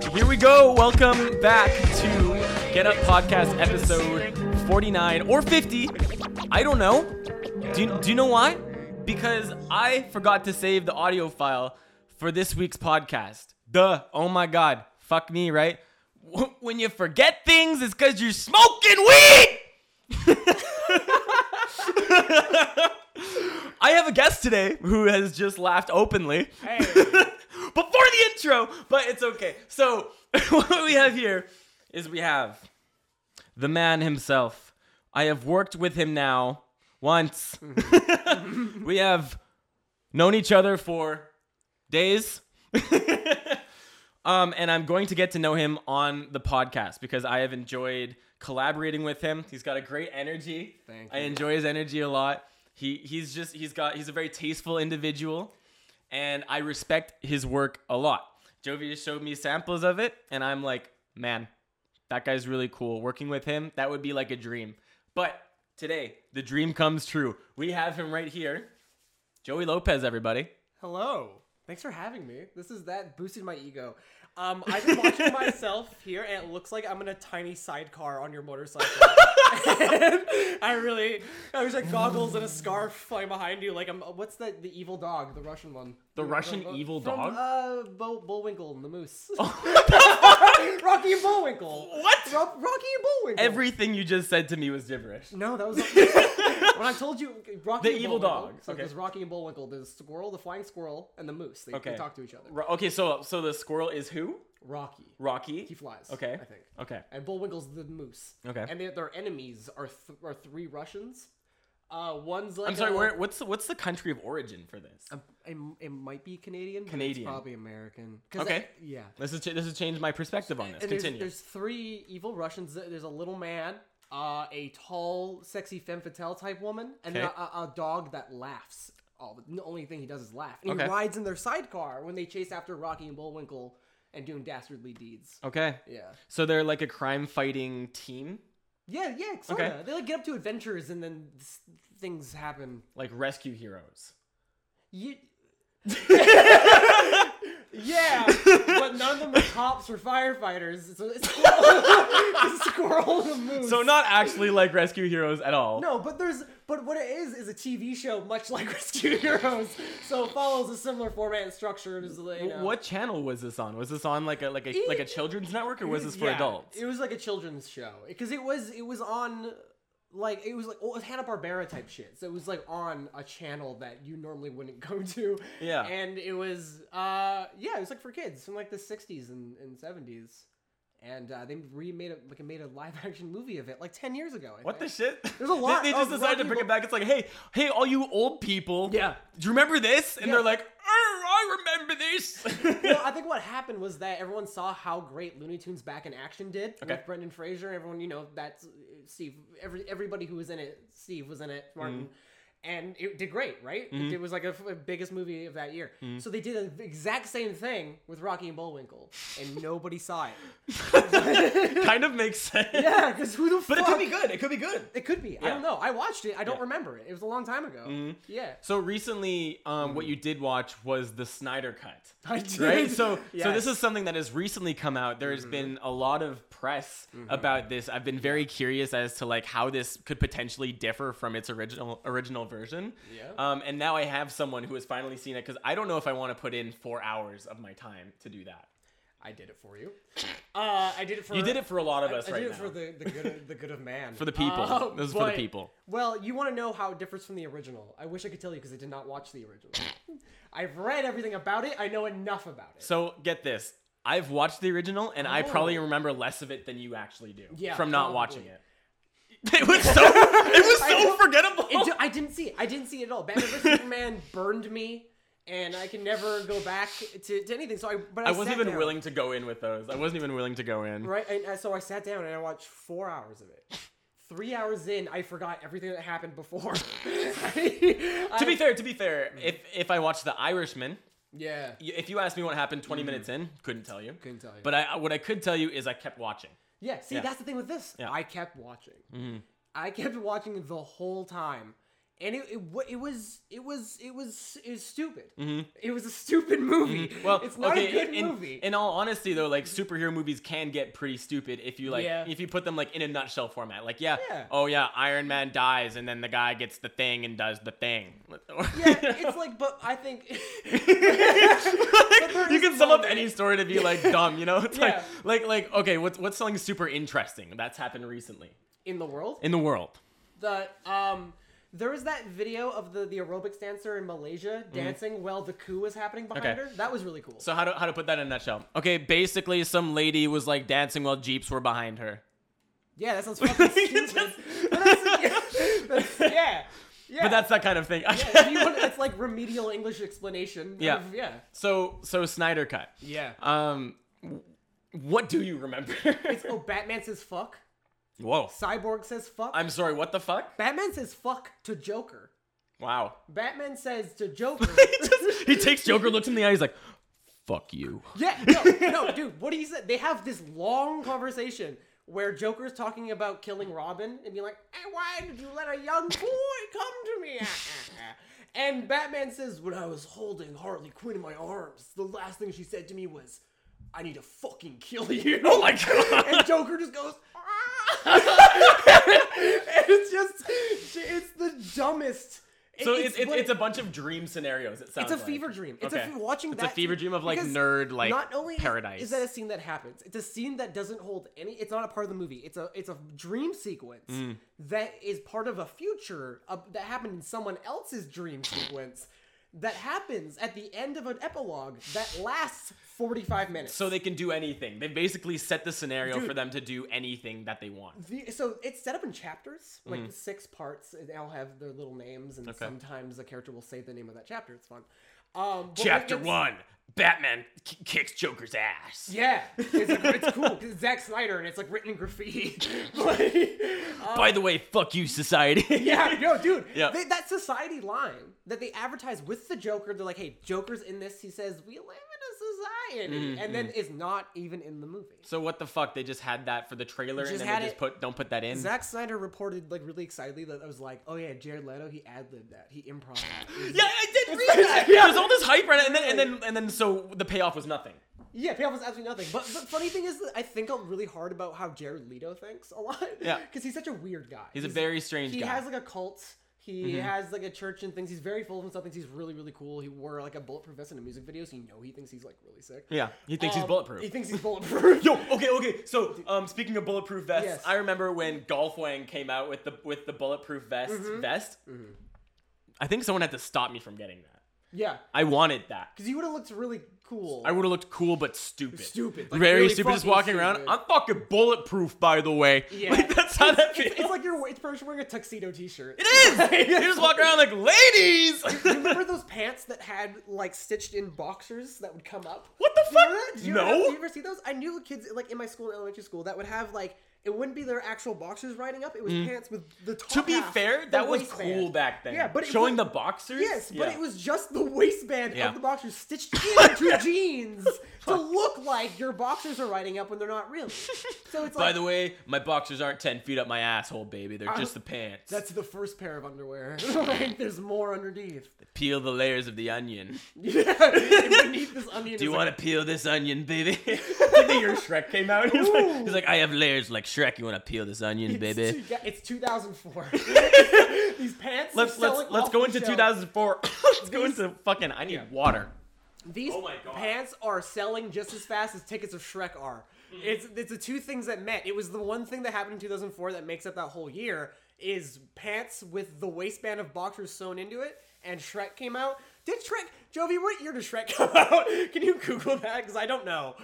Hello, welcome back to Get Up Podcast episode 49 or 50. I don't know. Do you, do you know why? Because I forgot to save the audio file for this week's podcast. Duh. Oh my God. Fuck me, right? W- When you forget things, it's because you're smoking weed! I have a guest today who has just laughed openly. before the intro, but it's okay. So what we have here is we have the man himself. I have worked with him now once. we have known each other for days. um, and I'm going to get to know him on the podcast because I have enjoyed collaborating with him. He's got a great energy. Thank I you. enjoy his energy a lot. He he's just he's got he's a very tasteful individual and I respect his work a lot. Jovi just showed me samples of it, and I'm like, man, that guy's really cool. Working with him, that would be like a dream. But today, the dream comes true. We have him right here, Joey Lopez, everybody. Hello. Thanks for having me. This is that boosted my ego. Um, I've been watching myself here, and it looks like I'm in a tiny sidecar on your motorcycle. And I really, I was like goggles and a scarf flying behind you. Like I'm, what's that? The evil dog, the Russian one. The Russian From- evil from, dog? Uh, Bo- Bullwinkle and the Moose. Rocky and Bullwinkle. What? Ro- Rocky and Bullwinkle. Everything you just said to me was gibberish. No, that was when I told you Rocky The and evil Bullwinkle. dog. So Okay. there's Rocky and Bullwinkle, the squirrel, the flying squirrel, and the moose. They, they Okay. talk to each other. Ro- Okay, so so the squirrel is who? Rocky, Rocky. he flies. Okay. I think. Okay. And Bullwinkle's the moose. Okay. And they, their enemies are th- are three Russians. Uh, one's like I'm sorry. a- Where? What's the, what's the country of origin for this? a- it, it might be Canadian. but Canadian. it's probably American. 'Cause Okay. I- yeah. This has cha- this has changed my perspective on this. And there's, Continue. there's three evil Russians. There's a little man, uh, a tall, sexy femme fatale type woman, and Okay. a, a, a dog that laughs. All the only thing he does is laugh, and Okay. he rides in their sidecar when they chase after Rocky and Bullwinkle and doing dastardly deeds. Okay. Yeah, So they're like a crime fighting team, yeah, yeah. Sorta. Okay. They like get up to adventures, and then s- things happen. like rescue heroes. You. yeah, but none of them are cops or firefighters. So it's it's a squirrel and a moose. So not actually like rescue heroes at all. No, but there's but what it is is a TV show much like Rescue Heroes, so it follows a similar format and structure. As, you W- know. What channel was this on? Was this on like a like a like a children's network or was this for Yeah, adults? It was like a children's show because it was it was on like it was like oh, it was Hanna Barbera type shit. So it was like on a channel that you normally wouldn't go to. Yeah. and it was uh yeah it was like for kids from like the '60s and, and '70s. And uh, they remade it, like made a live action movie of it like ten years ago. I What the think. shit? There's a lot They, they just of decided to Rocky bring it Bul- back. It's like, hey, hey, all you old people. Yeah. Do you remember this? And Yeah. they're like, oh, I remember this. well, I think what happened was that everyone saw how great Looney Tunes Back in Action did Okay. with Brendan Fraser. Everyone, you know, that's uh, Steve. Every everybody who was in it, Steve was in it. Martin. Mm-hmm. And it did great, right? It, was like a, f- a biggest movie of that year. Mm-hmm. So they did the exact same thing with Rocky and Bullwinkle, and nobody saw it. kind of makes sense. Yeah, because who the But fuck? it could be good. It could be good. It could be. I don't know. I watched it. I don't remember it. It was a long time ago. Mm-hmm. Yeah, So recently, um, what you did watch was the Snyder Cut. I did. right so so this Yes. Mm-hmm. is something that has recently come out there has been a lot of press about this i've been very curious as to like how this could potentially differ from its original original version Yeah. um and now i have someone who has finally seen it because i don't know if i want to put in four hours of my time to do that I did it for you. Uh, I did it for you did it for a lot of I- us I right did it now for the, the good of, the good of man. For the people. This is for the but- people. Well, you want to know how it differs from the original. I wish I could tell you because I did not watch the original. I've read everything about it. I know enough about it. so get this i've watched the original and i probably remember less of it than you actually do Oh. Yeah, from not probably. watching it it was so it was I so know. forgettable It ju- I didn't see it. I didn't see it at all. Batman vs Superman burned me, and I can never go back to, to anything. So I but I, I wasn't sat even down, willing to go in with those. I wasn't even willing to go in. Right, and uh, so I sat down and I watched four hours of it. Three hours in, I forgot everything that happened before. To be fair, to be fair, if if I watched The Irishman, yeah, y- if you asked me what happened 20 minutes in, couldn't tell you. Mm-hmm. couldn't tell you. But I what I could tell you is I kept watching. Yeah, see, Yeah. Mm-hmm. that's the thing with this. Yeah. I kept watching. I kept watching the whole time. and it, it wa- it was it was it was it was stupid. It was a stupid movie. Mm-hmm. Well, it's not okay, a good in, movie. In all honesty, though, like superhero movies can get pretty stupid if you like Yeah. if you put them like in a nutshell format. Like, yeah, Yeah. oh yeah, Iron Man dies, and then the guy gets the thing and does the thing. yeah, it's like, but I think there you is can sum up no- any story to be like dumb, you know? It's Yeah. like, like, like, okay, what's what's something super interesting that's happened recently in the world in the world? the um there was that video of the the aerobics dancer in Malaysia dancing while the coup was happening behind Mm-hmm. Okay. her. That was really cool. So how to how to put that in a nutshell? Okay, basically, some lady was like dancing while jeeps were behind her. yeah, that sounds fucking stupid. But that's- yeah, that's- yeah, yeah. But that's that kind of thing. yeah, if you want- it's like remedial English explanation. Yeah. of- yeah, Uh, so so Snyder cut. yeah. Um, w- what do you remember? oh, Batman says fuck. Whoa. Cyborg says fuck. I'm sorry. What the fuck? Batman says fuck to Joker. Wow. Batman says to Joker. he, just- he takes Joker, looks him in the eye. He's like, "Fuck you." Yeah, no, no, dude. What he said, they have this long conversation where Joker's talking about killing Robin and being like, "Eh, "Why did you let a young boy come to me?" Ah, ah, ah." and Batman says, "When I was holding Harley Quinn in my arms, the last thing she said to me was." I need to fucking kill you. Oh my God. And Joker just goes, "Ah." and it's just, it's the dumbest. So it's it's, what- it's a bunch of dream scenarios. It sounds. it's a like. fever dream. It's Okay. a fe- watching It's a that. fever dream of, like, because nerd, like, not only is- paradise. Is that a scene that happens? It's a scene that doesn't hold any. It's not a part of the movie. It's a it's a dream sequence Mm. that is part of a future of, that happened in someone else's dream sequence that happens at the end of an epilogue that lasts forty five minutes. So they can do anything. They basically set the scenario Dude. for them to do anything that they want. The, so it's set up in chapters, like Mm. six parts, and they all have their little names, and sometimes a character will say the name of that chapter. It's fun. Um, but when Chapter it's- one: Batman k- kicks Joker's ass. Yeah, it's, it's cool. 'cause it's Zack Snyder, and it's like written in graffiti. like, uh, By the way, fuck you, society. yeah, no, dude. Yeah. They, that society line that they advertise with the Joker, they're like, "Hey, Joker's in this." He says, "We live in a society," Mm-hmm, and then is not even in the movie. So what the fuck? They just had that for the trailer, Just and then had they just it- put don't put that in. Zack Snyder reported like really excitedly that I was like, "Oh yeah, Jared Leto, he ad libbed that. He improv." that. Yeah, I did read that. Yeah, there's all this hype around it, and then and then and then so the payoff was nothing. Yeah, payoff was absolutely nothing. But the funny thing is, that I think really hard about how Jared Leto thinks a lot. Yeah. because he's such a weird guy. He's a very strange he guy. Mm-hmm. has like a cult. He has like a church and things. He's very full of himself. Thinks he's really really cool. He wore like a bulletproof vest in a music video, so you know he thinks he's like really sick. yeah, he thinks he's Um, bulletproof. He thinks he's bulletproof. Yo, Oh, okay, okay. So, um, speaking of bulletproof vests, Yes. I remember when Golf Wang came out with the with the bulletproof vest Mm-hmm. vest. I think someone had to stop me from getting that. yeah, I wanted that. because he would have looked really cool. I would have looked cool but stupid. Stupid, like, Very really stupid. Just fucking walking around. stupid. I'm fucking bulletproof, by the way. Yeah. Like that's how that feels. it's, it's like you're it's pretty much wearing a tuxedo T-shirt. it is. you just walk around like ladies. Do you remember those pants that had like stitched in boxers that would come up? What the Do you fuck? remember that? Do you No. Ever, do you ever see those? I knew kids like in my school in elementary school that would have like it wouldn't be their actual boxers riding up. It was pants with the top. Mm. To be half, fair, the that was waistband. cool back then. Yeah, but it showing was- the boxers. Yes, but Yeah. it was just the waistband Yeah. of the boxers stitched into jeans to look like your boxers are riding up when they're not really. So it's like By the way, my boxers aren't ten feet up my asshole, baby. They're just the pants. Uh, that's the first pair of underwear. Like, There's more underneath. peel the layers of the onion. Yeah, underneath this onion. Do you is like- want to peel this onion, baby? the day your Shrek came out, he's like, he's like, I have layers like Shrek. You want to peel this onion, It's, baby? two- yeah, it's 2004. These pants. are Let's selling let's let's off go the into shelf. 2004. let's go These- into fucking. I need water. These Oh my God. pants are selling just as fast as tickets of Shrek are. Hmm. It's it's the two things that met. It was the one thing that happened in 2004 that makes up that whole year is pants with the waistband of boxers sewn into it, and Shrek came out. Did Shrek, Jovi? What year did Shrek come out? Can you Google that? Because I don't know.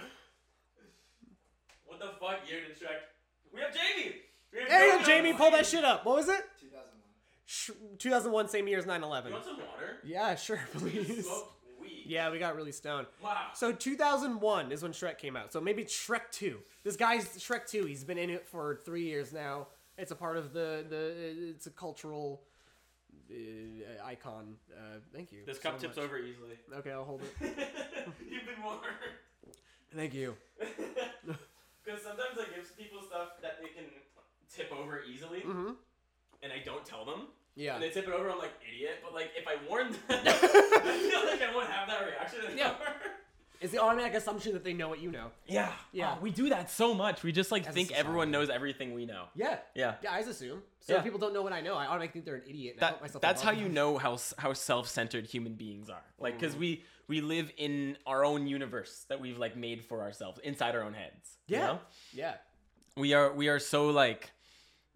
What the fuck year did Shrek? We have Jamie. Hey, Jamie, pull that shit up. What was it? 2001. Sh- 2001, same year as 9/11. some water? Yeah, sure, please. Yeah, we got really stoned. Wow. So 2001 is when Shrek came out. So maybe it's Shrek 2. This guy's Shrek 2. He's been in it for three years now. It's a part of the the. It's a cultural uh, icon. Uh, thank you. so much. easily. Okay, I'll hold it. You've been warned. Thank you. Because sometimes I give people stuff that they can tip over easily, and I don't tell them. Mm-hmm. Yeah. and they tip it over, I'm like idiot. But like if I warn them, I feel like I won't have that reaction. Yeah. It's the automatic assumption that they know what you know. yeah, Yeah. Oh, we do that so much. We just like As a think everyone society. knows everything we know. Yeah. Yeah. Yeah, I just assume. So Yeah. if people don't know what I know, I automatically think they're an idiot. And I That, put myself that's how above you them. know how s- how self-centered human beings are. Like cuz we we live in our own universe that we've like made for ourselves inside our own heads. you Yeah. know? Yeah. we are we are so like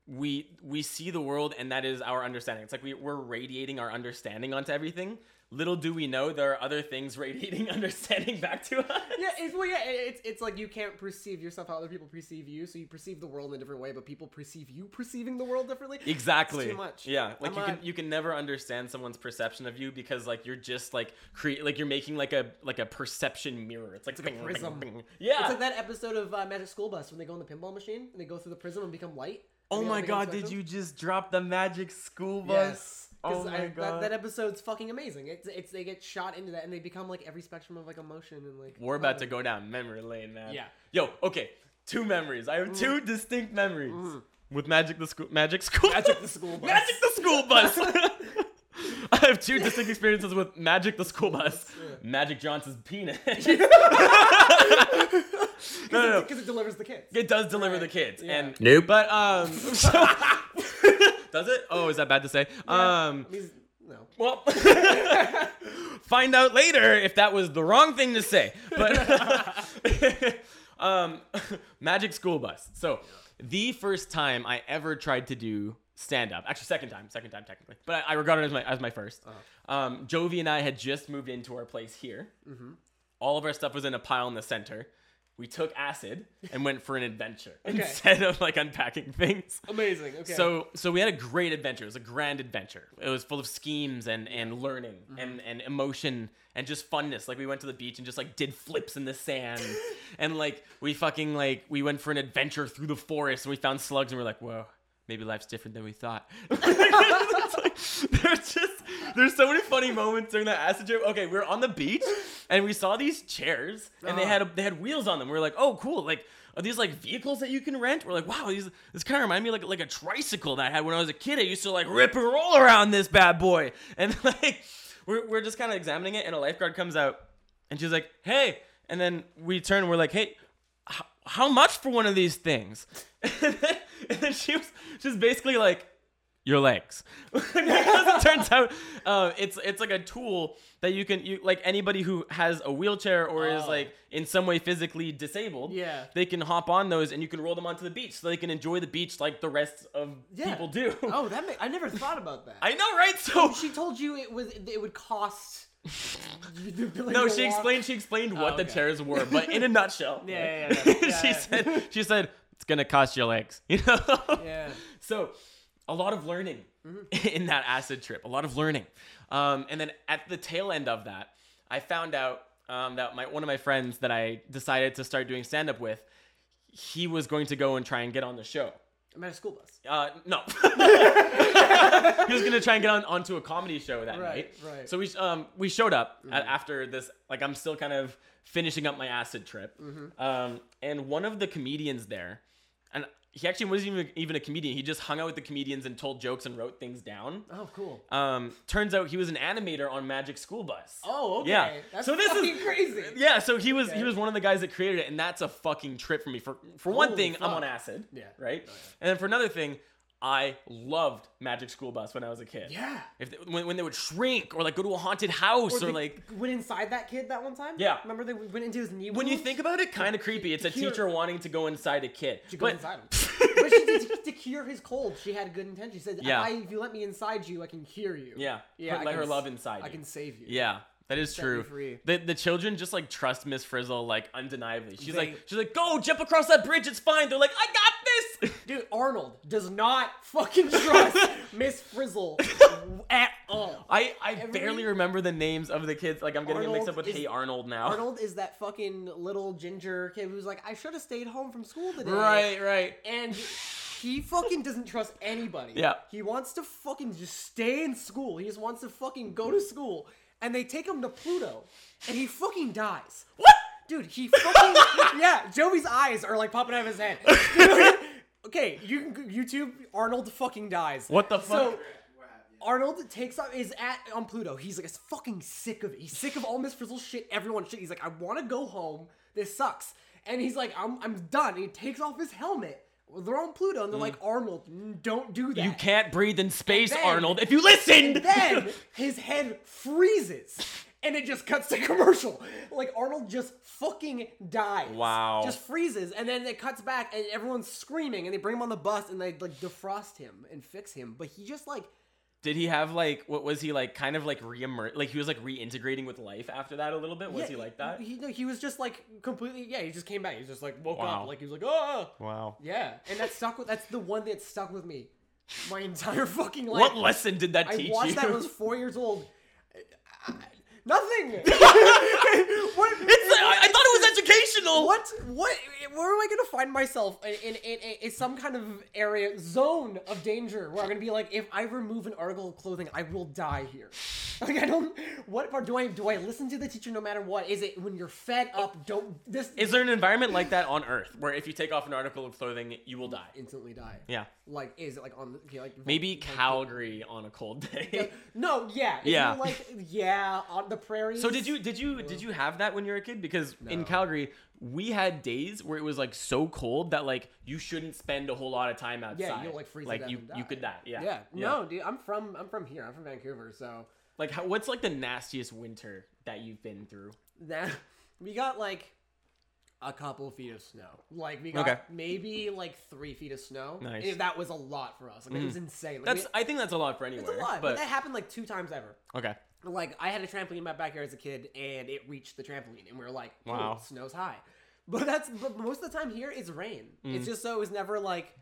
we we see the world and that is our understanding it's like we, we're radiating our understanding onto everything little do we know there are other things radiating understanding back to us Yeah, it's well, yeah, it- it's it's like you can't perceive yourself how other people perceive you, so you perceive the world in a different way, but people perceive you perceiving the world differently. exactly It's too much. yeah like I'm you can not- you can never understand someone's perception of you because like you're just like create like you're making like a like a perception mirror it's like, like a prism. yeah It's like that episode of uh, Magic School Bus when they go in the pinball machine and they go through the prism and become light. oh and they all my become god did spectrum. you just drop the magic school bus Yes. 'Cause oh my I- that- god That, episode's fucking amazing. It's it's they get shot into that and they become like every spectrum of like emotion and like. We're about to go down memory lane, man. Yeah. Yo, okay. Two memories. I have two distinct memories with Magic the School. Magic School. Magic the School Bus. Magic the School Bus. I have two distinct experiences with Magic the School Bus. Magic Johnson's penis. no, no, no. Because it delivers the kids. It does deliver Right, the kids, yeah. and Nope. But um, does it? Oh, is that bad to say? Um, I mean, no. well, find out later if that was the wrong thing to say. But um, Magic School Bus. So the first time I ever tried to do stand up, actually second time, second time technically, but I, I regard it as my as my 1st Um, Jovi and I had just moved into our place here. All of our stuff was in a pile in the center. We took acid and went for an adventure instead of like unpacking things. Amazing. Okay. So so we had a great adventure. It was a grand adventure. It was full of schemes and and learning Mm-hmm. and and emotion and just funness. Like we went to the beach and just like did flips in the sand and like we fucking like we went for an adventure through the forest and we found slugs and we're like, "Whoa, maybe life's different than we thought." It's like, there's just there's so many funny moments during that acid trip. Okay, we were on the beach and we saw these chairs and they Uh-huh. had a, they had wheels on them. We were like, "Oh, cool. Like are these like vehicles that you can rent? We're like, wow, these this kind of remind me like like a tricycle that I had when I was a kid. I used to like rip and roll around this bad boy. And like we're we're just kind of examining it, and a lifeguard comes out, and she's like, hey. And then we turn, and we're like, hey, h- how much for one of these things? And then, and then she was just basically like, your legs. because it turns out uh, it's it's like a tool that you can you like anybody who has a wheelchair or is Oh. like in some way physically disabled. Yeah. They can hop on those and you can roll them onto the beach so they can enjoy the beach like the rest of Yeah. people do. Oh, that ma- I never thought about that. I know, right? So she told you it was it would cost. no, she explained she explained what the okay. chairs were, but in a nutshell. Yeah, like, yeah, yeah, yeah. she Yeah. said she said it's gonna cost your legs. You know? Yeah. So, a lot of learning in that acid trip, a lot of learning. Um, and then at the tail end of that, I found out um, that my one of my friends that I decided to start doing stand up with, he was going to go and try and get on the show. I'm at a school bus. Uh, no, he was gonna try and get on onto a comedy show that Right, night. right. Mm-hmm. So we um we showed up a- after this. Like I'm still kind of finishing up my acid trip. Mm-hmm. Um, and one of the comedians there, and he actually wasn't even even a comedian. He just hung out with the comedians and told jokes and wrote things down. Oh, cool. Um, turns out he was an animator on Magic School Bus. Oh, okay. Yeah. That's So this is- fucking crazy. Yeah, so he was Okay. he was one of the guys that created it, and that's a fucking trip for me. For for one Holy thing, fuck. I'm on acid. Yeah. Right. And then for another thing, I loved Magic School Bus when I was a kid. Yeah. If they, when, when they would shrink or like go to a haunted house or, they like went inside that kid that one time. Yeah. Remember they went into his knee. when you wound? think about it, kind of creepy. It's a Here- teacher wanting to go inside a kid. she goes But inside him. but she did to cure his cold. She had good intention. She said, Yeah. I, "If you let me inside you, I can cure you. yeah, Yeah, Her- I let her can love s- inside. I you. can save you. Yeah, that is me true. free. The the children just like trust Miss Frizzle like undeniably. She's They- like she's like go jump across that bridge. It's fine. They're like I got this. Dude, Arnold does not fucking trust Miss Frizzle at all. I, I Every- barely remember the names of the kids. Like I'm getting it mixed Arnold up with is- Hey Arnold now. Arnold is that fucking little ginger kid who's like, I should have stayed home from school today. Right, right. And he fucking doesn't trust anybody. Yeah. He wants to fucking just stay in school. He just wants to fucking go to school. And they take him to Pluto. And he fucking dies. What? Dude, he fucking yeah. Joey's eyes are like popping out of his head. Dude, okay, you can go- YouTube Arnold fucking dies. What the So fuck? What happened? Arnold takes up is at on Pluto. He's like, it's fucking sick of it. He's sick of all Miss Frizzle's shit, everyone's shit. He's like, I want to go home. This sucks. And he's like, I'm I'm done. And he takes off his helmet. Well, They're on Pluto, and they're like, Arnold, n- don't do that. Mm. You can't breathe in space, then- Arnold. If you listened. And then his head freezes. And it just cuts to commercial. Like Arnold just fucking dies. Wow. Just freezes. And then it cuts back and everyone's screaming and they bring him on the bus and they like defrost him and fix him. But he just like Did he have like what was he like? Kind of like reemer, like he was like reintegrating with life after that a little bit. Was yeah, he like that? He, no, he was just like completely yeah, he just came back. He just like woke Wow. up like he was like, oh Wow. yeah. And that stuck with that's the one that stuck with me my entire fucking life. What lesson did that I teach watched you? that when I was four years old. I- I- Nothing. what, It's- I, I thought it was educational. what? What? Where am I gonna find myself in, in, in, in some kind of area zone of danger where I'm gonna be like, if I remove an article of clothing, I will die here. Like I don't. What part do I do? I listen to the teacher no matter what. Is it when you're fed up? Don't this Is there an environment like that on Earth where if you take off an article of clothing, you will die? instantly die? Yeah. Like is it like on the- okay, like Maybe like- Calgary on a cold day. No, yeah, if Yeah. you're like yeah on the prairies. So did you did you did you have that when you were a kid? Because in No. Calgary, we had days where it was like so cold that like you shouldn't spend a whole lot of time outside. Yeah, you'll like freeze to Like death you and you die. could die. Yeah. Yeah. No, dude, I'm from I'm from here. I'm from Vancouver, so Like how, what's like the nastiest winter that you've been through? that we got like a couple feet of snow. Like we got Okay. maybe like three feet of snow. Nice. Mm. And that was a lot for us. Like it was insane. Like, That's we- I think that's a lot for anywhere. it's a lot, but But, that happened like two times ever. okay. like I had a trampoline in my backyard as a kid, and it reached the trampoline, and we were like, "Ooh, Wow. snow's high." But that's but most of the time here it's rain. It's Mm. just so it was never like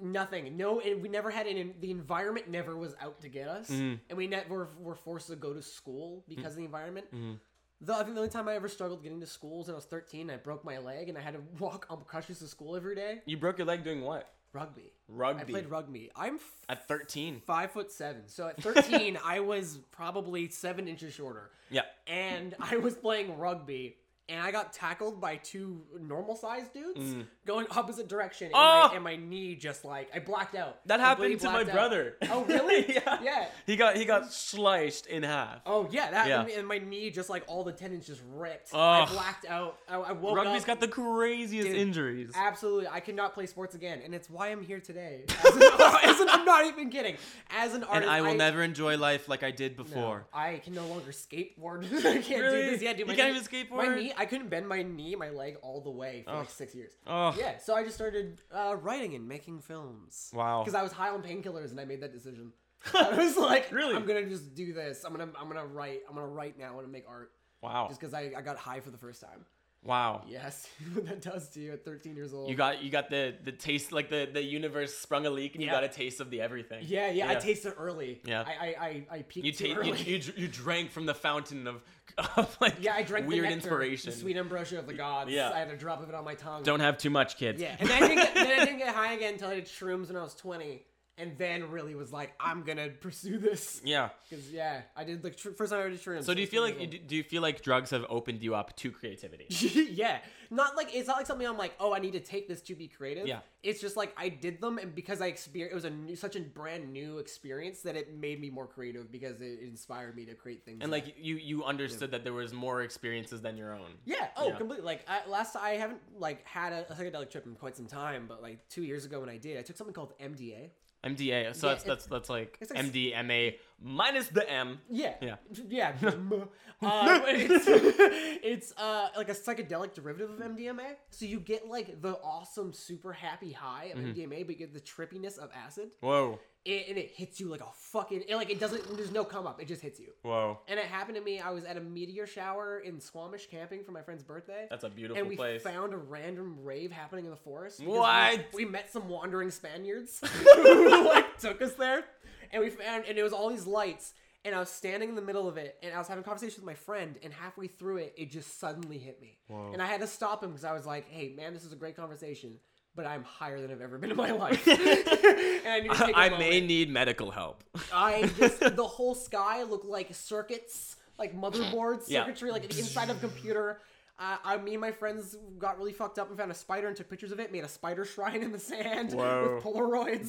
nothing. No, and we never had an the environment never was out to get us, Mm. and we never were forced to go to school because of the environment. Mm-hmm. Though I think the only time I ever struggled getting to school was when I was 13. I broke my leg and I had to walk on crutches to school every day. You broke your leg doing what? Rugby. Rugby. I played rugby. I'm f- at 13. five foot seven. So at 13, I was probably seven inches shorter Yeah. and I was playing rugby, and I got tackled by two normal sized dudes going opposite direction, and, Mm. Oh! my, and my knee just like I blacked out. That happened Completely to my blacked out. brother. Oh really? yeah. Yeah. He got he got sliced in half. Oh yeah, that Yeah. and- and my knee just like all the tendons just ripped. I Ugh. blacked out. I, I woke Rugby's up. got the craziest Dude, injuries. Absolutely, I could not play sports again, and it's why I'm here today. As an, as an- I'm not even kidding. As an artist, enjoy life like I did No, I can no longer skateboard. I can't Really? do this. Yeah, dude, You my can't knee- even skateboard? My knee, I couldn't bend my knee, my leg all the way for like six years. Ugh. Yeah, so I just started uh, writing and making films. Wow. Because I was high on painkillers and I made that decision. I was like, Really? I'm gonna just do this. I'm gonna, I'm gonna write. I'm gonna write now. I'm gonna make art. Wow. Just because I, I got high for the first time. Wow. Yes, what that does to you at 13 years old. You got you got the the taste like the the universe sprung a leak and you Yeah. got a taste of the everything. yeah, yeah, I Yeah. tasted early. Yeah. I, I, I, I peaked You too ta- early. you, you dr- you drank from the fountain of, of like Yeah, I drank weird the nectar, inspiration. the sweet ambrosia of the gods. Yeah. I had a drop of it on my tongue. Don't have too much, kids. Yeah, and then I didn't get, then I didn't get high again until I did shrooms when I was twenty, and then really was like, I'm gonna pursue this. yeah. Because yeah, I did like tr- first time I ever did shrooms. So do you feel like you did? do- do you feel like drugs have opened you up to creativity? yeah, not like it's not like something I'm like, oh, I need to take this to be creative. Yeah. it's just like I did them, and because I experienced, it was a new, such a brand new experience that it made me more creative because it inspired me to create things. And that- like you you understood that there was more experiences than your own. Yeah. Oh, Yeah. completely. Like I, last, I haven't like had a, a psychedelic trip in quite some time, but like two years ago when I did, I took something called MDA. MDA. So Yeah, that's it- that's that's like it's like s- MDMA minus the M. Yeah. Yeah. Yeah. uh, it's, it's uh, like a psychedelic derivative of MDMA. So you get like the awesome, super happy high Mm-hmm. of MDMA, but you get the trippiness of acid. Whoa. It, and it hits you like a fucking. It, like it doesn't. There's no come up. It just hits you. Whoa. And it happened to me. I was at a meteor shower in Squamish camping for my friend's birthday. That's a beautiful and we place. found a random rave happening in the forest. because What? We, we met some wandering Spaniards who like took us there, and we found and it was all these lights. And I was standing in the middle of it, and I was having a conversation with my friend, and halfway through it, it just suddenly hit me, and I had to stop him because I was like, "Hey, man, this is a great conversation." But I'm higher than I've ever been in my life, and I need to take a I moment. may need medical help. I just the whole sky looked like circuits, like motherboards, Yeah. circuitry, like the inside of a computer. Uh, I, me and my friends got really fucked up and found a spider and took pictures of it. Made a spider shrine in the sand Whoa. with Polaroids.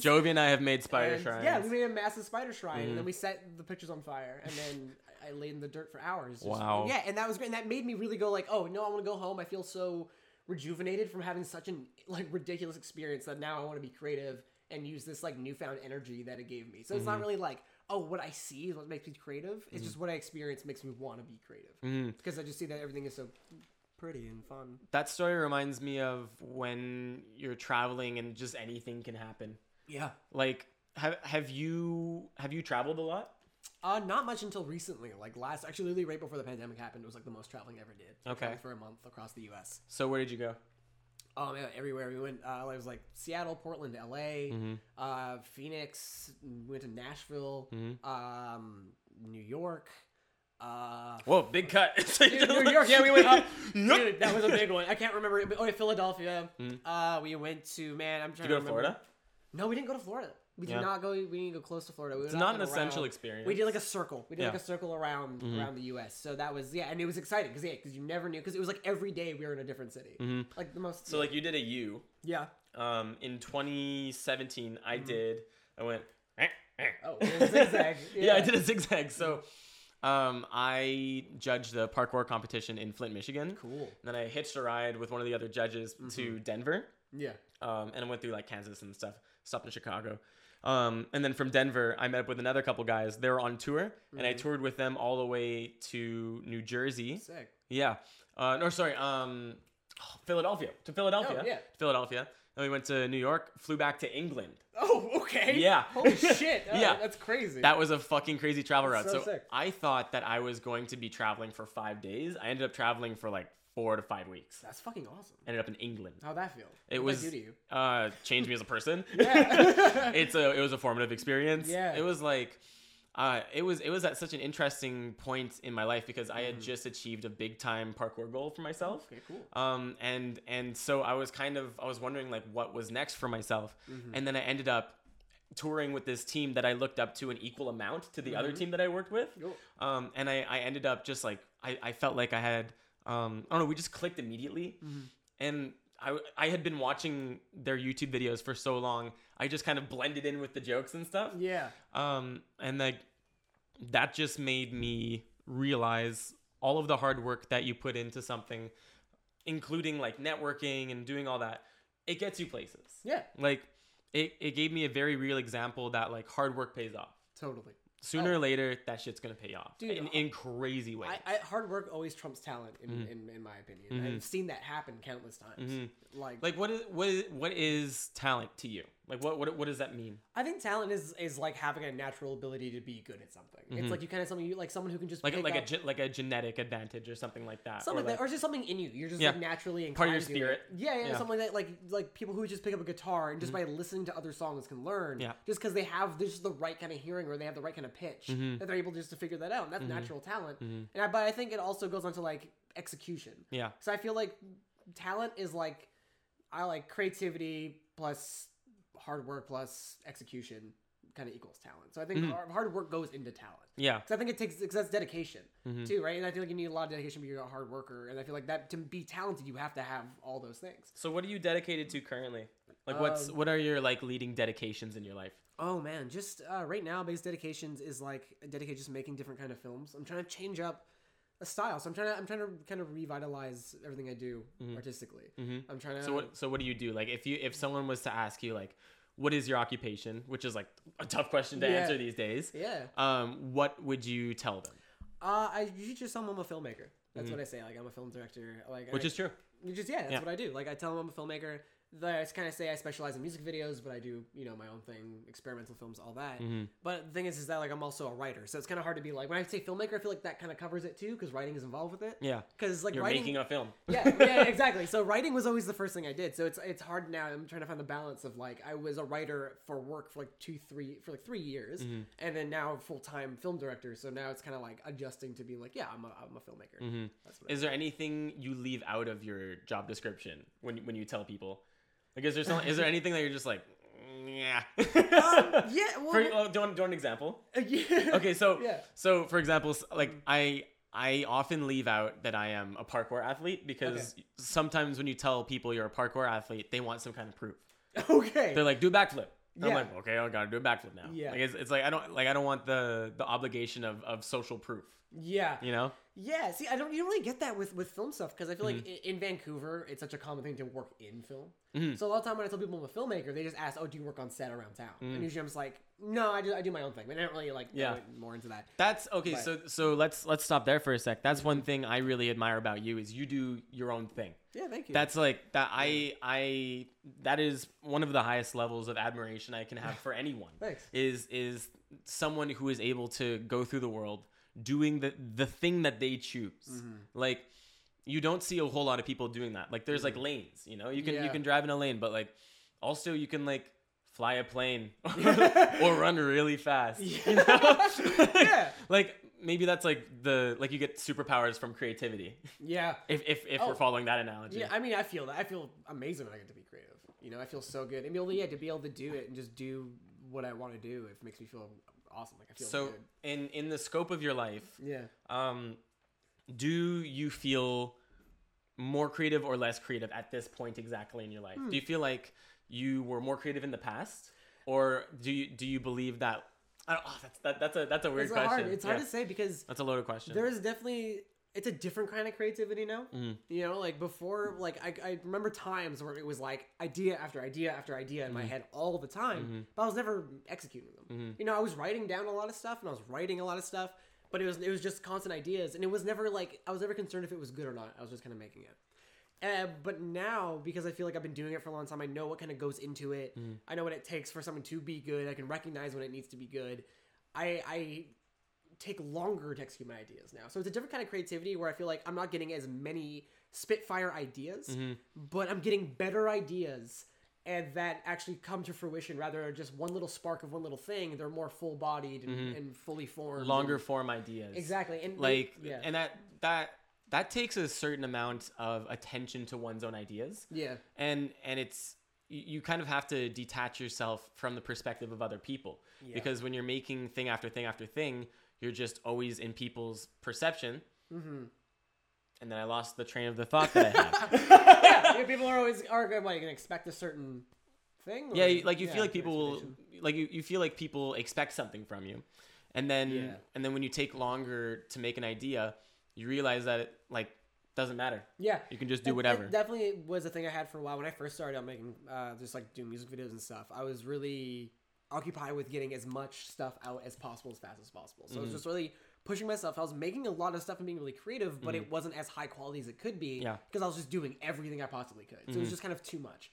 Jovi and I have made spider and, shrines. Mm-hmm. Yeah, we made a massive spider shrine, and then we set the pictures on fire, and then I- I laid in the dirt for hours. just- Wow. Yeah, and that was great. And that made me really go like, oh no, I want to go home. I feel so rejuvenated from having such an like ridiculous experience that now I want to be creative and use this like newfound energy that it gave me. So Mm-hmm. it's not really like. Oh, what I see is what makes me creative. It's just what I experience makes me want to be creative Mm-hmm. because I just see that everything is so pretty and fun. That story reminds me of when you're traveling and just anything can happen. Yeah. Like, have have you have you traveled a lot? Uh, not much until recently. Like last, actually, literally right before the pandemic happened, it was like the most traveling I ever did. I Okay. traveled For a month across the U.S. So where did you go? Oh man, everywhere we went. Uh, it was like Seattle, Portland, L.A., Mm-hmm. uh, Phoenix. We went to Nashville, Mm-hmm. um, New York. Uh, Whoa, big cut. Dude, New York. Yeah, we went up. Dude, that was a big one. I can't remember. it, but- Oh, yeah, Philadelphia. Uh, we went to man. I'm trying Mm. you go to to remember. Florida? No, we didn't go to Florida. We did Yeah. not go. We didn't go close to Florida. We it's not an essential experience. We did like a circle. We did Yeah. Mm-hmm. like a circle around around the U.S. So that was yeah, and it was exciting because yeah, because you never knew because it was like every day we were in a different city. Like the most. Mm-hmm. So like you did a U. yeah. Um, in 2017, I Mm-hmm. did. I went. "Eh, eh." Oh, it was zigzag. yeah. I did a zigzag. So, um, I judged the parkour competition in Flint, Michigan. Cool. Mm-hmm. And then I hitched a ride with one of the other judges to Denver. Yeah. um, and I went through like Kansas and stuff. Stopped in Chicago, um, and then from Denver, I met up with another couple guys. They were on tour, and Mm-hmm. I toured with them all the way to New Jersey. Sick. Yeah, uh, no, sorry, um, Philadelphia to Philadelphia, Oh, yeah. Philadelphia. Then we went to New York, flew back to England. Oh, okay. Yeah. Holy shit. Oh, Yeah. That's crazy. That was a fucking crazy travel route. so so sick. I thought that I was going to be traveling for five days. I ended up traveling for like four to five weeks. That's fucking awesome. Ended up in England. How'd that feel? It What'd was that do to you? uh changed me as a person. Yeah. it's a it was a formative experience. Yeah. It was like uh it was it was at such an interesting point in my life because I had Mm-hmm. just achieved a big time parkour goal for myself. Okay, cool. Um and and so I was kind of I was wondering like what was next for myself. Mm-hmm. And then I ended up touring with this team that I looked up to an equal amount to the Mm-hmm. other team that I worked with. Cool. Um, and I, I ended up just like I, I felt like I had um, I don't know we just clicked immediately, Mm-hmm. and I I had been watching their YouTube videos for so long I just kind of blended in with the jokes and stuff. Yeah. Um, and like that just made me realize all of the hard work that you put into something, including like networking and doing all that, it gets you places. Yeah. Like it, it gave me a very real example that like hard work pays off Totally. sooner or later that shit's gonna pay off Oh. Dude, in, I- in crazy ways I, I, hard work always trumps talent, in, Mm-hmm. in, in my opinion. I've seen that happen countless times. Like, like what is what is, what is talent to you like what, what what does that mean I think talent is is like having a natural ability to be good at something. It's like you kind of something you like someone who can just Mm-hmm. like pick like a up ge- like a genetic advantage or something like that or something like like, that, or just something in you. You're just Yeah. like naturally inclined Part of your to it. spirit. Yeah, yeah, Yeah. Mm-hmm. something like that. Like like people who just pick up a guitar and just by listening to other songs can learn. Yeah. Just because they have this the right kind of hearing or they have the right kind of pitch Mm-hmm. that they're able just to figure that out. And that's natural talent. And I, but I think it also goes on to like execution. yeah So I feel like talent is like I like creativity plus hard work plus execution kind of equals talent. So I think Mm-hmm. har- hard work goes into talent. yeah Because I think it takes because that's dedication Mm-hmm. too, right? And I feel like you need a lot of dedication, but you're a hard worker, and I feel like that to be talented, you have to have all those things. so what are you dedicated to currently like what's Um, what are your like leading dedications in your life Oh man, just uh, right now, base dedications is like dedicated just making different kind of films. I'm trying to change up a style, so I'm trying to I'm trying to kind of revitalize everything I do artistically. I'm trying to Mm-hmm. so what so what do you do like if you if someone was to ask you like what is your occupation which is like a tough question to Yeah. answer these days yeah. um what would you tell them Uh, I usually just tell them I'm a filmmaker. That's what I say. Like I'm a film director. Like Mm-hmm. which I, is true which is yeah, that's yeah. what I do. Like I tell them I'm a filmmaker. That I kind of say I specialize in music videos, but I do you know my own thing, experimental films, all that. Mm-hmm. But the thing is, is that like I'm also a writer, so it's kind of hard to be like when I say filmmaker, I feel like that kind of covers it too because writing is involved with it. yeah Because like you're writing, making a film yeah, yeah, exactly. So writing was always the first thing I did. So it's it's hard now. I'm trying to find the balance of like I was a writer for work for like two, three for like three years, Mm-hmm. and then now full time film director. So now it's kind of like adjusting to being like, yeah, I'm a, I'm a filmmaker. That's what I- Mm-hmm. Is there anything you leave out of your job description when when you tell people? Like, is there some, is there anything that you're just like, "Mm, yeah? yeah, for, Um, well, oh, do, you want, do you want an example? yeah. Okay, so Yeah. so for example, s- like I I often leave out that I am a parkour athlete because sometimes when you tell people you're a parkour athlete, they want some kind of proof. Okay. They're like, do a backflip. And I'm Yeah. like, okay, I gotta do a backflip now. Yeah. Like, it's, it's like I don't like I don't want the the obligation of of social proof. yeah. You know. Yeah. See, I don't. You don't really get that with with film stuff because I feel Mm-hmm. like i- in Vancouver, it's such a common thing to work in film. Mm-hmm. So a lot of time when I tell people I'm a filmmaker, they just ask, "Oh, do you work on set around town?" And usually I'm just like, "No, I do. I do my own thing." But I don't really like Mm. Yeah. go more into that. That's okay. Right. So so let's let's stop there for a sec. That's one thing I really admire about you is you do your own thing. Yeah. Thank you. That's like that I I that is one of the highest levels of admiration I can have for anyone. Thanks. Is is someone who is able to go through the world doing the the thing that they choose. Mm-hmm. Like you don't see a whole lot of people doing that. Like there's like Mm-hmm. lanes, you know. You can you Yeah. can drive in a lane, but like also you can like fly a plane or run really fast. You know? Yeah. like maybe that's like the like you get superpowers from creativity. yeah. If if, if Oh. we're following that analogy. Yeah, I mean, I feel that. I feel amazing when I get to be creative. You know, I feel so good. And be able to, yeah, to be able to do it and just do what I want to do, it makes me feel awesome. Like I feel So good. in in the scope of your life, Yeah. um, do you feel more creative or less creative at this point exactly in your Hmm. life? Do you feel like you were more creative in the past, or do you do you believe that? I don't, oh, that's that, that's a that's a weird It's question. hard. It's hard Yeah. to say because That's a loaded question. there is definitely it's a different kind of creativity now. You know, like before, like I, I remember times where it was like idea after idea after idea in my head all the time, but I was never executing them. You know, I was writing down a lot of stuff and I was writing a lot of stuff, but it was it was just constant ideas, and it was never like I was never concerned if it was good or not. I was just kind of making it. Uh, but now, because I feel like I've been doing it for a long time, I know what kind of goes into it. I know what it takes for someone to be good. I can recognize when it needs to be good. I, I take longer to execute my ideas now. So it's a different kind of creativity where I feel like I'm not getting as many spitfire ideas, but I'm getting better ideas and that actually come to fruition rather than just one little spark of one little thing. They're more full bodied and, and fully formed. Mm-hmm. Longer form ideas. Exactly. And like yeah. and that that that takes a certain amount of attention to one's own ideas yeah. and and it's you you kind of have to detach yourself from the perspective of other people because when you're making thing after thing after thing you're just always in people's perception mm-hmm. and then i lost the train of the thought that i had yeah, yeah, people are always are going. What, you can expect a certain thing. yeah or- you- like you yeah, feel like people will expectation. like you, you feel like people expect something from you and then Yeah. and then when you take longer to make an idea you realize that it like doesn't matter Yeah, you can just do It- it whatever definitely was a thing I had for a while when I first started out making uh, just like doing music videos and stuff. I was really occupied with getting as much stuff out as possible as fast as possible. So I Mm-hmm. was just really pushing myself. I was making a lot of stuff and being really creative, but it wasn't as high quality as it could be. Mm-hmm. Yeah. Mm-hmm. because I was just doing everything I possibly could. So it was just kind of too much.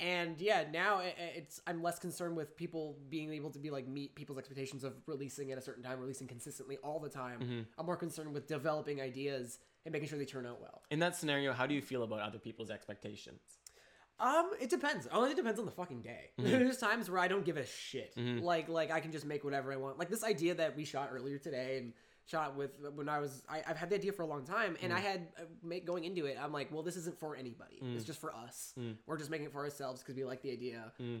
And yeah, now i- i- it's I'm less concerned with people being able to be like meet people's expectations of releasing at a certain time, releasing consistently all the time. Mm-hmm. I'm more concerned with developing ideas and making sure they turn out well. in that scenario how do you feel about other people's expectations Um, it depends. Honestly, it depends on the fucking day. Mm-hmm. There's times where I don't give a shit. Like, like I can just make whatever I want. Like this idea that we shot earlier today and shot with when I was, I, I've had the idea for a long time, and I Mm. had uh, make going into it. I'm like, well, this isn't for anybody. It's just for us. Mm. We're just making it for ourselves because we like the idea,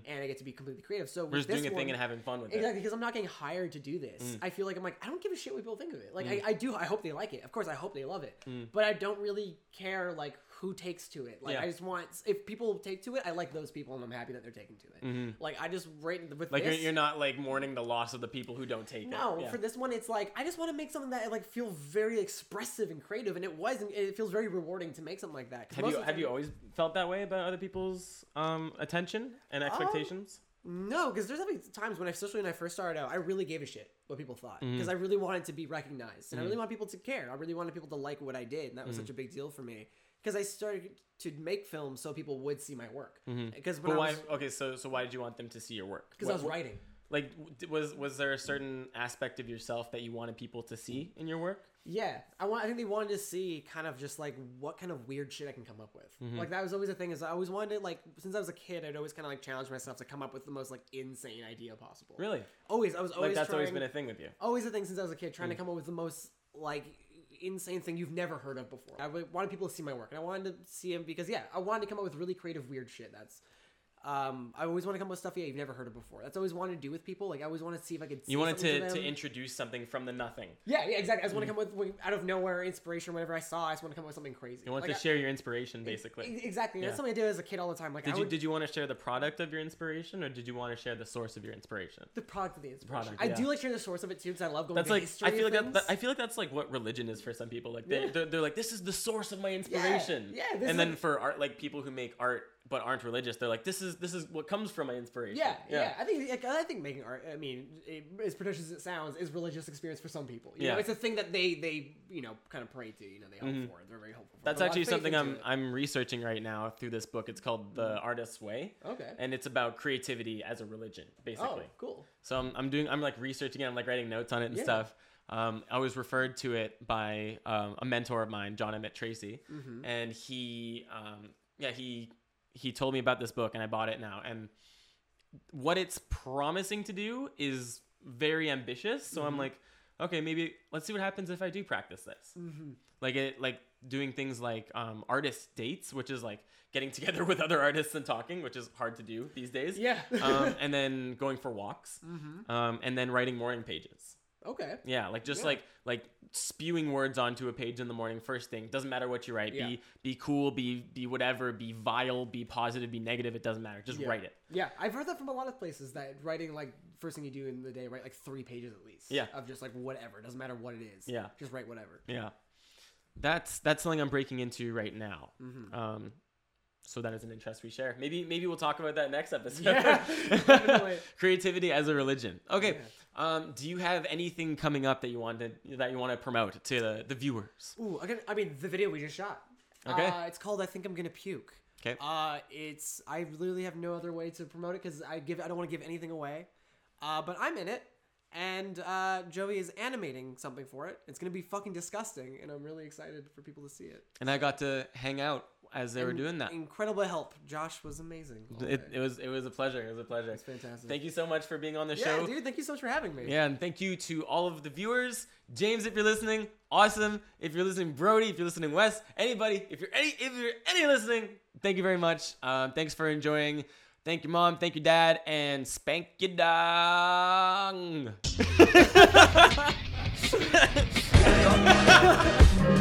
and I get to be completely creative. So we're just doing a thing one, and having fun with it Exactly, because I'm not getting hired to do this. Mm. I feel like I'm like, I don't give a shit what people think of it. Like, I, I do, I hope they like it. Of course, I hope they love it. But I don't really care, like, who takes to it. Like, Mm. Yeah. I just want, if people take to it, I like those people and I'm happy that they're taking to it. Like, I just, right, with Mm-hmm. Like this. you're, you're not like mourning the loss of the people who don't take no, it. Yeah. for this one, it's like I just want to make something that like feel very expressive and creative, and it was, and it feels very rewarding to make something like that. 'Cause have most you of the have you time- always felt that way about other people's um, attention and expectations? No, because there's definitely times when I, especially when I first started out, I really gave a shit what people thought Mm-hmm. because I really wanted to be recognized and I really wanted people to care. I really wanted people to like what I did, and that was such Mm-hmm. a big deal for me because I started to make films so people would see my work. Because when Mm-hmm. but I why? was, Okay, so so why did you want them to see your work? because I What- was writing. Like, w- d- was was there a certain aspect of yourself that you wanted people to see in your work? Yeah, I want. I think they wanted to see kind of just like what kind of weird shit I can come up with. Mm-hmm. Like that was always the thing is I always wanted to like since I was a kid I'd always kind of like challenge myself to come up with the most like insane idea possible. Really? Always, I was always like that's always trying- been a thing with you. always a thing since I was a kid, trying Mm. to come up with the most like insane thing you've never heard of before. I wa- wanted people to see my work, and I wanted to see him because yeah, I wanted to come up with really creative, weird shit. That's Um, I always want to come up with stuff yeah you've never heard of before. That's always wanted to do with people. Like I always want to see if I could. say You wanted something to, to Mm. them. introduce something from the nothing. yeah, yeah, exactly. I just want to come up with out of nowhere inspiration. Whatever I saw, I just want to come up with something crazy. You want Like, to share your inspiration, basically. I- e- exactly. Yeah. That's something I did as a kid all the time. Like I Did you would, did you want to share the product of your inspiration, or did you want to share the source of your inspiration? the product of the inspiration. product, I yeah. do like sharing the source of it too because I love going. That's to like history I feel like of that, that- things. I feel like that's like what religion is for some people. Like they Yeah. they're, they're like this is the source of my inspiration. yeah, this is and then like- for art like people who make art but aren't religious, they're like this is this is what comes from my inspiration. Yeah, yeah, I think like, I think making art. I mean, it, as pretentious as it sounds, is religious experience for some people. Yeah. You Mm-hmm. know, it's a thing that they they you know kind of pray to. You know, they hope for. They're very hopeful. For That's There's a lot actually of faith something into I'm it. Mm. I'm researching right now through this book. It's called The Artist's Way. Okay. And it's about creativity as a religion, Oh, basically. cool. So I'm, I'm doing, I'm like researching it, I'm like writing notes on it and Yeah. stuff. Um, I was referred to it by um, a mentor of mine, John Emmett Tracy, Mm-hmm. and he, um, yeah, he he told me about this book, and I bought it now. And what it's promising to do is very ambitious. So Mm-hmm. I'm like, okay, maybe let's see what happens if I do practice this. Mm-hmm. Like it, like doing things like um, artist dates, which is like getting together with other artists and talking, which is hard to do these days Yeah. um, and then going for walks, um, and then writing morning pages. Okay. Yeah, like just Yeah. like like spewing words onto a page in the morning first thing. Doesn't matter what you write. Yeah. Be be cool. Be be whatever. Be vile. Be positive. Be negative. It doesn't matter. Just Yeah. write it. Yeah, I've heard that from a lot of places that writing like first thing you do in the day, write like three pages at least. Yeah. Of just like whatever, doesn't matter what it is. Yeah. Just write whatever. Yeah, that's that's something I'm breaking into right now. Mm-hmm. Um, so that is an interest we share. Maybe maybe we'll talk about that next episode. Yeah, definitely. Creativity as a religion. Okay. Yeah. Um, do you have anything coming up that you wanted that you want to promote to the, the viewers? Ooh, I, gotta- I mean the video we just shot. Okay. Uh, it's called "I Think I'm Gonna Puke." 'Kay. Uh, it's I literally have no other way to promote it because I give I don't want to give anything away, uh, but I'm in it, and uh, Joey is animating something for it. It's gonna be fucking disgusting, and I'm really excited for people to see it. and I got to hang out as they were doing that. Incredible help. Josh was amazing. all It, day. it was it was a pleasure. It was a pleasure. It's fantastic. Thank you so much for being on the yeah, show. dude. Thank you so much for having me. Yeah, and thank you to all of the viewers. James, if you're listening, awesome. If you're listening, Brody. If you're listening, Wes. Anybody, if you're any, if you're any listening, thank you very much. Um, thanks for enjoying. Thank you, mom. Thank you, dad. And spank your dong.